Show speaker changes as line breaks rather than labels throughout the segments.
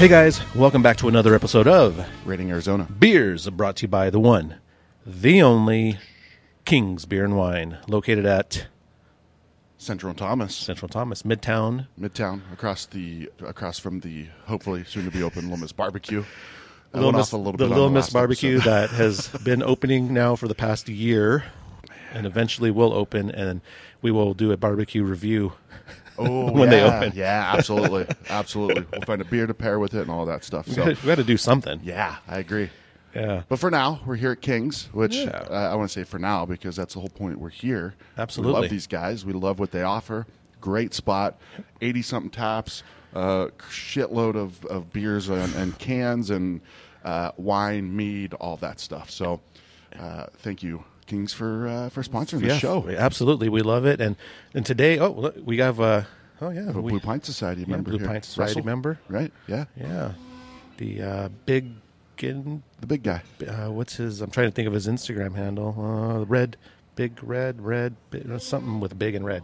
Hey guys, welcome back to another episode of
Rating Arizona.
Beers brought to you by the one, the only King's Beer and Wine, located at
Central Thomas,
Central Thomas, Midtown.
Midtown, across the across from the hopefully soon to be open Little Miss Barbecue. I
Little
went
Miss-
off a little
the
bit on
Little
the
Miss
last
Barbecue
episode.
that has been opening now for the past year and eventually will open and we will do a barbecue review.
Oh,
when they
yeah,
open.
Yeah, absolutely, absolutely. We'll find a beer to pair with it and all that stuff. So,
we got to do something.
yeah, I agree.
Yeah.
But for now, we're here at Kings, which
Yeah.
uh, I want to say for now because that's the whole point. We're here. We
Absolutely.
love these guys. We love what they offer. Great spot, eighty something taps, uh, shitload of, of beers and, and cans and uh, wine, mead, all that stuff. So, uh, thank you, Kings, for uh, for sponsoring the
Yeah,
show.
Absolutely. We love it. And and today, oh, look, we have, uh, oh yeah.
The
we-
Blue Pint Society member,
Blue
here.
Pint Society
Russell,
member.
right? Yeah,
yeah. The uh, big. Gin-
the big guy.
uh, what's his? I'm trying to think of his Instagram handle. Uh, red, big red, red, big, something with big and red.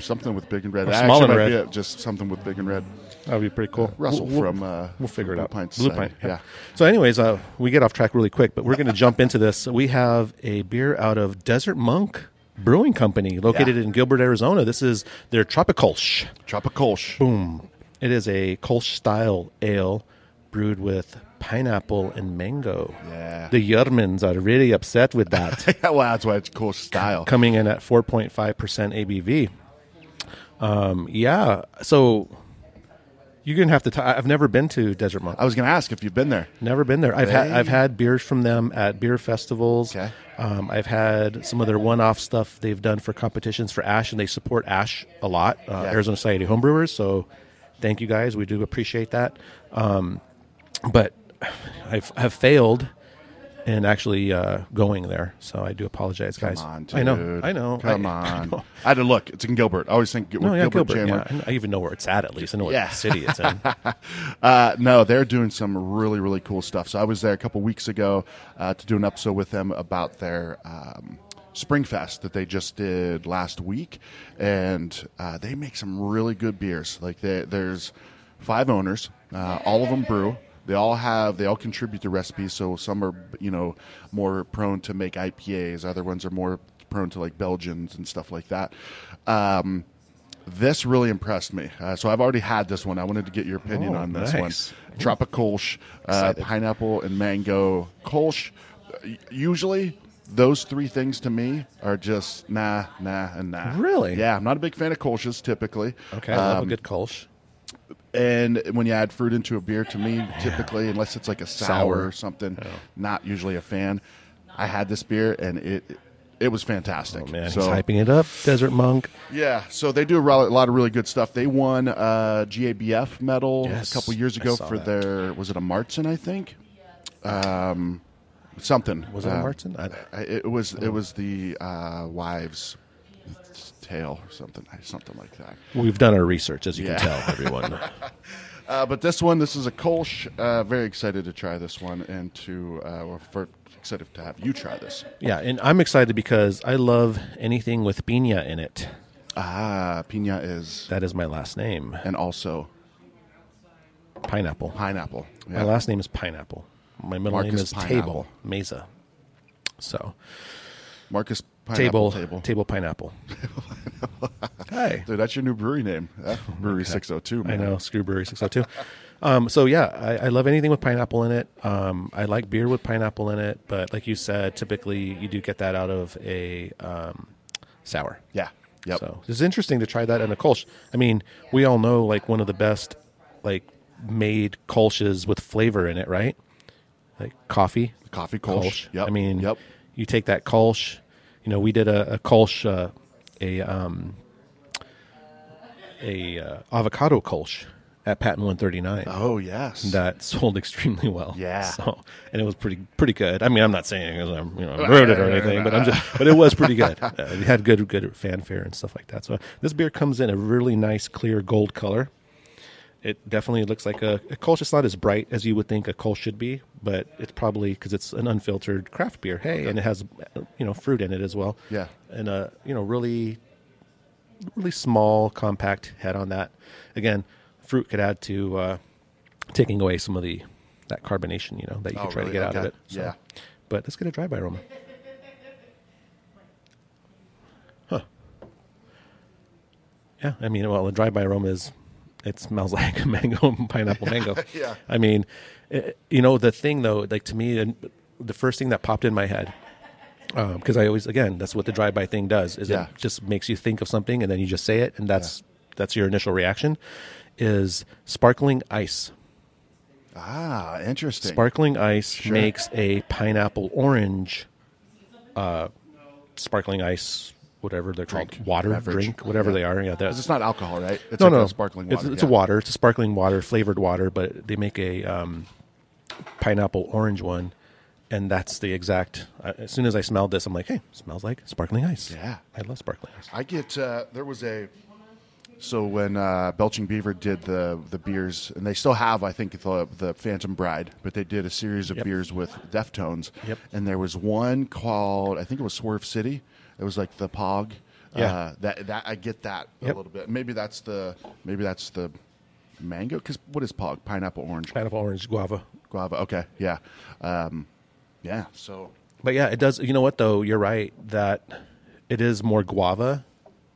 Something with big and red.
Or
Actually,
small and
might
red.
be it, Just something with big and red.
That'd be pretty cool.
Russell
We'll- we'll-
from uh,
we'll figure it
Blue
out.
Pint
Blue Pint,
Society.
yeah.
yeah.
So, anyways, uh, we get off track really quick, but we're going to jump into this. We have a beer out of Desert Monk Brewing Company, located
Yeah.
in Gilbert, Arizona. This is their Tropicalsh.
Tropicalsh.
Boom! It is a Kolsch style ale brewed with pineapple and mango.
Yeah.
The Yermans are really upset with that.
Yeah, well, that's why it's cool style.
coming in at 4.5% ABV. Um, yeah, so you're gonna have to. T- I've never been to Desert Monk.
I was going to ask if you've been there.
Never been there. I've had
They-
I've had beers from them at beer festivals.
Okay.
Um, I've had some of their one-off stuff they've done for competitions for Ash, and they support Ash a lot, uh,
Yeah.
Arizona Society of Homebrewers. So, thank you guys. We do appreciate that. Um, but I've have failed in actually uh, going there, so I do apologize, guys.
Come on, dude.
I know. I know.
Come
I- I
on.
know.
I had to look. It's in Gilbert. I always think Gilbert,
No, yeah, Gilbert.
Gilbert, Chandler.
yeah. I even know where it's at. At least I know what
Yeah.
city it's in.
Uh, no, they're doing some really, really cool stuff. So I was there a couple weeks ago uh, to do an episode with them about their um, Springfest that they just did last week, and uh, they make some really good beers. Like they, there's five owners, uh, all of them brew. They all have, they all contribute to recipes. So some are, you know, more prone to make IPAs. Other ones are more prone to like Belgians and stuff like that. Um, this really impressed me. Uh, so I've already had this one. I wanted to get your opinion
Oh,
on this
nice.
one. Tropicalsh, uh,
Excited.
pineapple and mango kolsch. Uh, Y- Usually, those three things to me are just nah, nah, and nah.
Really?
Yeah, I'm not a big fan of kolsches typically.
Okay, I love a
Um,
good Kolsch.
and when you add fruit into a beer, to me, typically, unless it's like a sour,
Sour. Oh.
or something, not usually a fan. I had this beer and it it was fantastic.
Oh, Man,
so,
he's hyping it up. Desert Monk.
Yeah, so they do a rel- a lot of really good stuff. They won uh, GABF medal
Yes,
a couple years
I
ago
saw
for
that.
their was it a Martzen I think, um, something
Was it a
Uh,
Martin? I, Oh.
I- It was it was the uh, wives' tale or something something like that.
we've done our research, as you
Yeah.
can tell, everyone.
Uh, but this one, this is a Kolsch. Uh, very excited to try this one and to uh, well, for, excited to have you try this.
yeah, and I'm excited because I love anything with piña in it.
Ah, pina is
That is my last name,
and also
pineapple.
pineapple.
My last name is pineapple. My middle name
Marcus
is
Pineapple.
Table Mesa. So
Marcus
table,
pineapple
table pineapple. Hi.
Dude, that's your new brewery name. That brewery 602,
I
man.
know, Screwberry 602. um, so, yeah, I, I love anything with pineapple in it. Um, I like beer with pineapple in it, but like you said, typically you do get that out of a um, sour.
Yeah. Yep.
So, it's interesting to try that in a Kolsch. I mean, we all know like one of the best like made Kolsches with flavor in it, right? Like coffee.
Coffee Kolsch. Yep.
I mean,
Yep.
you take that Kolsch. You know, we did a, a Kolsch, uh, a um, a uh, avocado Kolsch at Patent 139
Oh, yes.
that sold extremely well.
Yeah.
So, and it was pretty pretty good. I mean, I'm not saying it was, um, you know I wrote it or anything, but I'm just but it was pretty good. Uh, it had good good fanfare and stuff like that. So this beer comes in a really nice clear gold color. It definitely looks like a, a Kolsch. It's not as bright as you would think a Kolsch should be, but it's probably because it's an unfiltered craft beer. Hey, and it has you know fruit in it as well.
Yeah.
and a you know really really small, compact head on that. Again, fruit could add to uh, taking away some of the that carbonation, you know, that you
Oh,
could try
really?
to get out of
Okay.
it. So-
Yeah.
But let's get a dry by aroma. Huh. Yeah, I mean, well, a dry by aroma is it smells like a mango, pineapple mango.
Yeah.
I mean, eh, you know, the thing though, like to me, and the first thing that popped in my head because Um, I always again that's what the drive by thing does is
Yeah.
it just makes you think of something and then you just say it and that's that's your initial reaction is sparkling ice.
Ah, interesting.
Sparkling ice makes a pineapple orange uh, sparkling ice whatever they're
Drink,
called water
beverage.
drink whatever
Yeah.
they are yeah that's
It's not alcohol, right? It's
no
like
no
a sparkling water.
it's, it's
yeah.
a water it's a sparkling water flavored water but they make a um, pineapple orange one and that's the exact I as soon as I smelled this I'm like hey smells like sparkling ice
Yeah.
I love sparkling ice
I get uh, there was a so when uh, Belching Beaver did the the beers, and they still have, I think, the the Phantom Bride, but they did a series of
Yep.
beers with Deftones.
Yep.
And there was one called, I think it was Swerve City. It was like the Pog.
Yeah.
Uh, that that I get that
Yep.
a little bit. Maybe that's the maybe that's the mango. Because what is Pog? Pineapple orange
pineapple orange guava
guava. Okay. Yeah. Um, yeah. So
but yeah it does you know what though you're right that it is more guava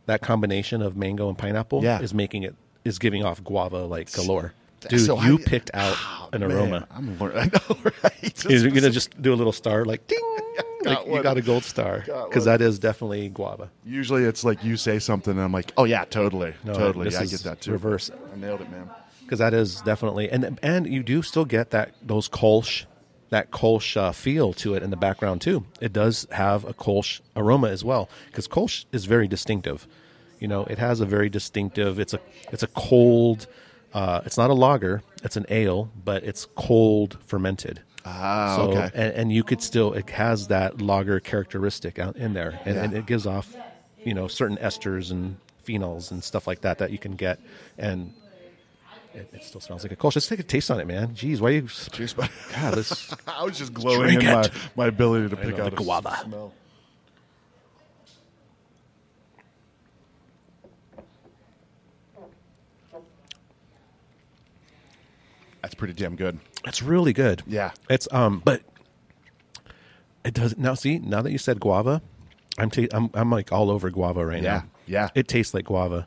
that combination of mango and pineapple
Yeah.
is making it is giving off guava like galore dude you
so I- Oh, Ah,
picked out an
man,
aroma
I'm learning. I know, right?
you're gonna just do a little star like ding
got
like, you
one.
got a gold star
Got
because
one.
that is definitely guava
Usually it's like you say something and I'm like, oh yeah, totally,
No,
totally.
this
Yeah, I
is
get that too.
reverse
I nailed it, man.
because that is definitely and and you do still get that those kolsch that kolsch uh, feel to it in the background too it does have a kolsch aroma as well because kolsch is very distinctive you know it has a very distinctive it's a it's a cold uh, it's not a lager it's an ale but it's cold fermented
Ah,
so
okay.
and, and you could still it has that lager characteristic out in there and, and
Yeah.
it gives off you know certain esters and phenols and stuff like that that you can get and it, it still smells like a Kolsch. Let's take a taste on it, man. Jeez, why you?
Cheers, bud.
God, this
I was just glowing
Drink
in my,
it.
my ability to pick
know,
out
the
a
guava.
smell. That's pretty damn good.
it's really good.
Yeah.
it's um, but it does now. See, now that you said guava, I'm ta- I'm I'm like all over guava right
Yeah,
now.
yeah.
It tastes like guava.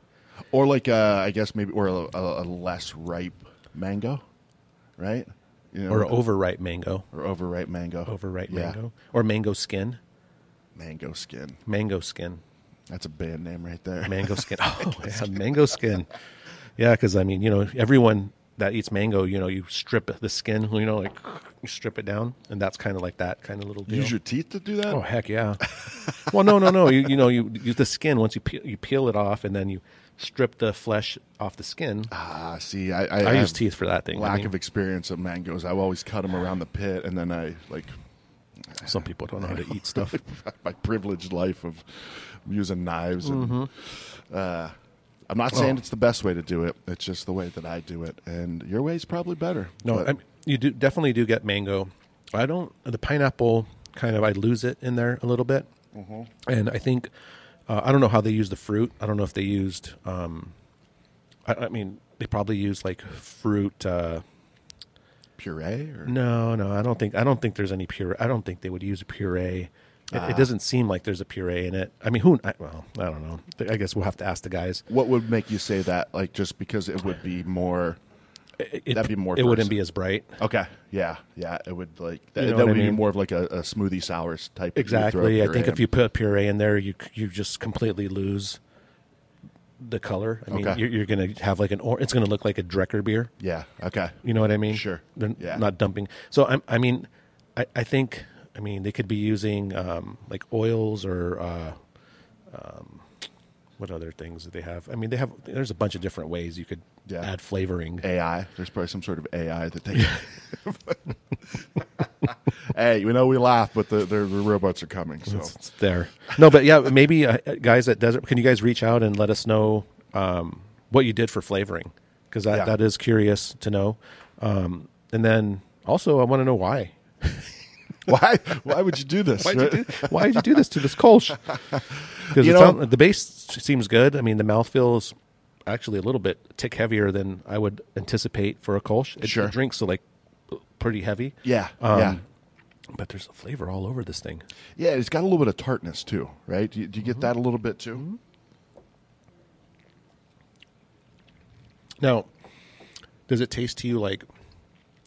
Or like, uh, I guess maybe, or a, a, a less ripe mango, right? You know,
Or overripe mango,
or overripe mango.
overripe
Yeah.
mango, or mango skin,
Mango skin.
mango skin.
That's a band name right there.
mango skin. Oh, yeah, mango skin. Yeah, because I mean, you know, everyone that eats mango, you know, you strip the skin, you know, like you strip it down, and that's kind of like that kind of little deal.
Use your teeth to do that?
oh heck yeah. well, no, no, no. You, you know, you, you the skin once you peel, you peel it off, and then you strip the flesh off the skin.
Ah, see, I, I,
I use
have
teeth for that thing. I
Lack
mean,
of experience of mangoes. I always cut them around the pit, and then I like
some people don't know how to eat stuff.
my privileged life of using knives. And,
Mm-hmm.
uh, I'm not saying
Oh.
it's the best way to do it. It's just the way that I do it, and your way's probably better.
No,
but-
I mean, you do definitely do get mango. I don't the pineapple kind of I lose it in there a little bit,
Mm-hmm.
and I think uh, I don't know how they use the fruit. I don't know if they used. Um, I, I mean, they probably used like fruit. Uh,
puree. Or,
no, no, I don't think I don't think there's any puree. I don't think they would use a puree. It,
Ah.
it doesn't seem like there's a puree in it. I mean, who? I, well, I don't know. I guess we'll have to ask the guys.
What would make you say that? Like just because it would be more.
It, it-
That'd be more
It wouldn't
person.
be as bright.
Okay. Yeah. Yeah. It would like that,
know
that
what I
would be
mean?
more of like a, a smoothie sours type. you throw
Exactly. I
puree
think if
in.
you put puree in there, you you just completely lose the color. I mean,
Okay.
you're, you're going to have like an or it's going to look like a Drecker beer.
Yeah. Okay.
You know what I mean?
Sure.
They're
Yeah.
not dumping. So I I mean, I, I think I mean they could be using um, like oils or uh, um, what other things do they have? I mean, they have there's a bunch of different ways you could
Yeah.
add flavoring.
AI. There's probably some sort of AI that they. hey, we know we laugh, but the, the, the robots are coming. So
It's, it's there. No, but yeah, maybe uh, guys at Desert, can you guys reach out and let us know um, what you did for flavoring? Because that,
Yeah.
that is curious to know. Um, and then also, I want to know why.
why why would you do this?
Why did you do, why did you do this to this Kolsch? Because
You know-
the base seems good. I mean, the mouthfeel is, actually a little bit tick heavier than I would anticipate for a Kolsch. It,
Sure.
it drinks so like pretty heavy.
Yeah,
Um,
yeah.
But there's a flavor all over this thing.
Yeah, it's got a little bit of tartness too, right? Do you, do you get
Mm-hmm.
that a little bit too?
Now, does it taste to you like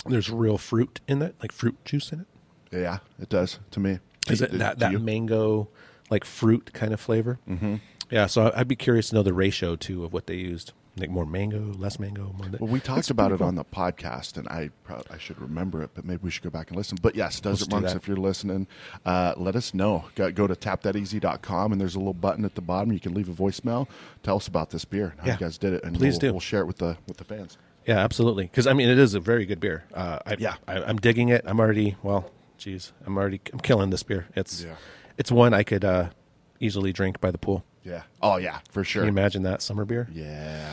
there's real fruit in that, like fruit juice in it?
Yeah, it does to me.
Is
Do-
it
do-
that,
do
that
you?
mango, like fruit kind of flavor? Mm-hmm. Yeah, so I- I'd be curious to know the ratio too of what they used. Like more mango, less mango, more.
Well, we talked about it on the podcast, and I prob- I should remember it, but maybe we should go back and listen. But yes, Desert
do
Monks,
that.
if you're listening, uh, let us know. Go, go to tapthateasy.com, and there's a little button at the bottom. You can leave a voicemail. Tell us about this beer and how
Yeah.
you guys did it, and
Please
we'll,
do.
we'll share it with the with the fans.
Yeah, absolutely. Because I mean, it is a very good beer. Uh, I,
Yeah.
I, I'm digging it. I'm already well. Geez, I'm already I'm killing this beer. It's
Yeah.
it's one I could uh, easily drink by the pool.
Yeah. Oh yeah, for sure.
Can you imagine that summer beer?
Yeah.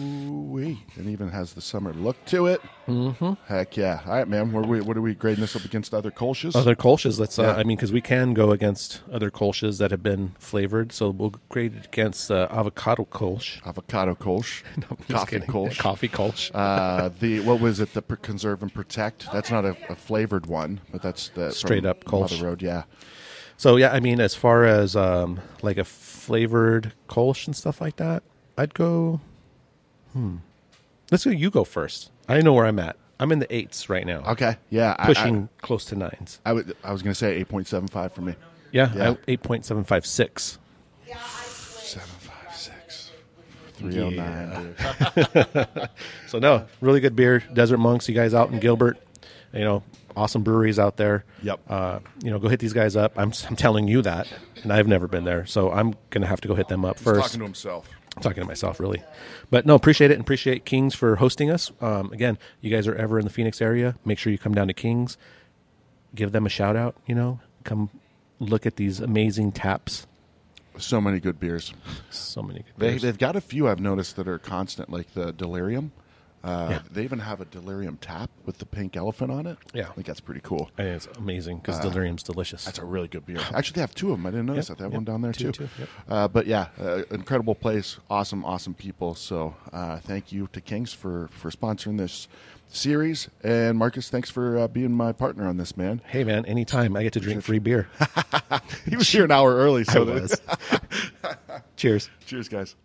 Ooh-wee. And even has the summer look to it. Mm-hmm. Heck yeah. All right, man. Where we, what are we grading this up against other Kolsch's?
Other Kolsch's, let's.
Yeah.
Uh, I mean, because we can go against other Kolsch's that have been flavored. So we'll grade it against uh, avocado Kolsch,
Avocado Kolsch.
Just
coffee
kidding.
Kolsch.
coffee Kolsch.
uh, the what was it? The per- conserve and protect. That's not a, a flavored one, but that's the from
Straight up Kolsch.
Mother Road. Yeah,
so yeah, I mean, as far as um, like a flavored Kolsch and stuff like that, I'd go. Hmm. Let's go. You go first. I know where I'm at. I'm in the eights right now.
okay, yeah. I-
pushing close to nines.
I, I, would. I was going to say eight point seven five for me.
Yeah,
Yeah.
I- 8.756.
Seven five six. Three oh nine.
So, no, really good beer. Desert Monks, you guys out in Gilbert, you know, awesome breweries out there.
Yep.
Uh, you know, go hit these guys up. I'm, I'm telling you that, and I've never been there. So, I'm going to have to go hit them up first.
Talking to himself.
I'm talking to myself, really. But no, appreciate it and appreciate Kings for hosting us. Um, again, you guys are ever in the Phoenix area, make sure you come down to Kings, give them a shout out, you know, come look at these amazing taps.
So many good beers.
So many good
They,
beers.
they've got a few I've noticed that are constant, like the Delirium. Uh, They even have a Delirium tap with the pink elephant on it.
Yeah.
I think that's pretty cool.
And it's amazing because delirium's delicious.
Ah, That's a really good beer. Actually, they have two of them. I didn't notice
Yep,
that. They have
yep,
one down there
two,
too.
two, yep.
Uh, but yeah, uh, incredible place. Awesome, awesome people. So uh, thank you to Kings for for sponsoring this series. And Marcus, thanks for uh, being my partner on this, man.
hey man, anytime I get to drink free beer.
He was here an hour early, so
Cheers.
cheers, guys.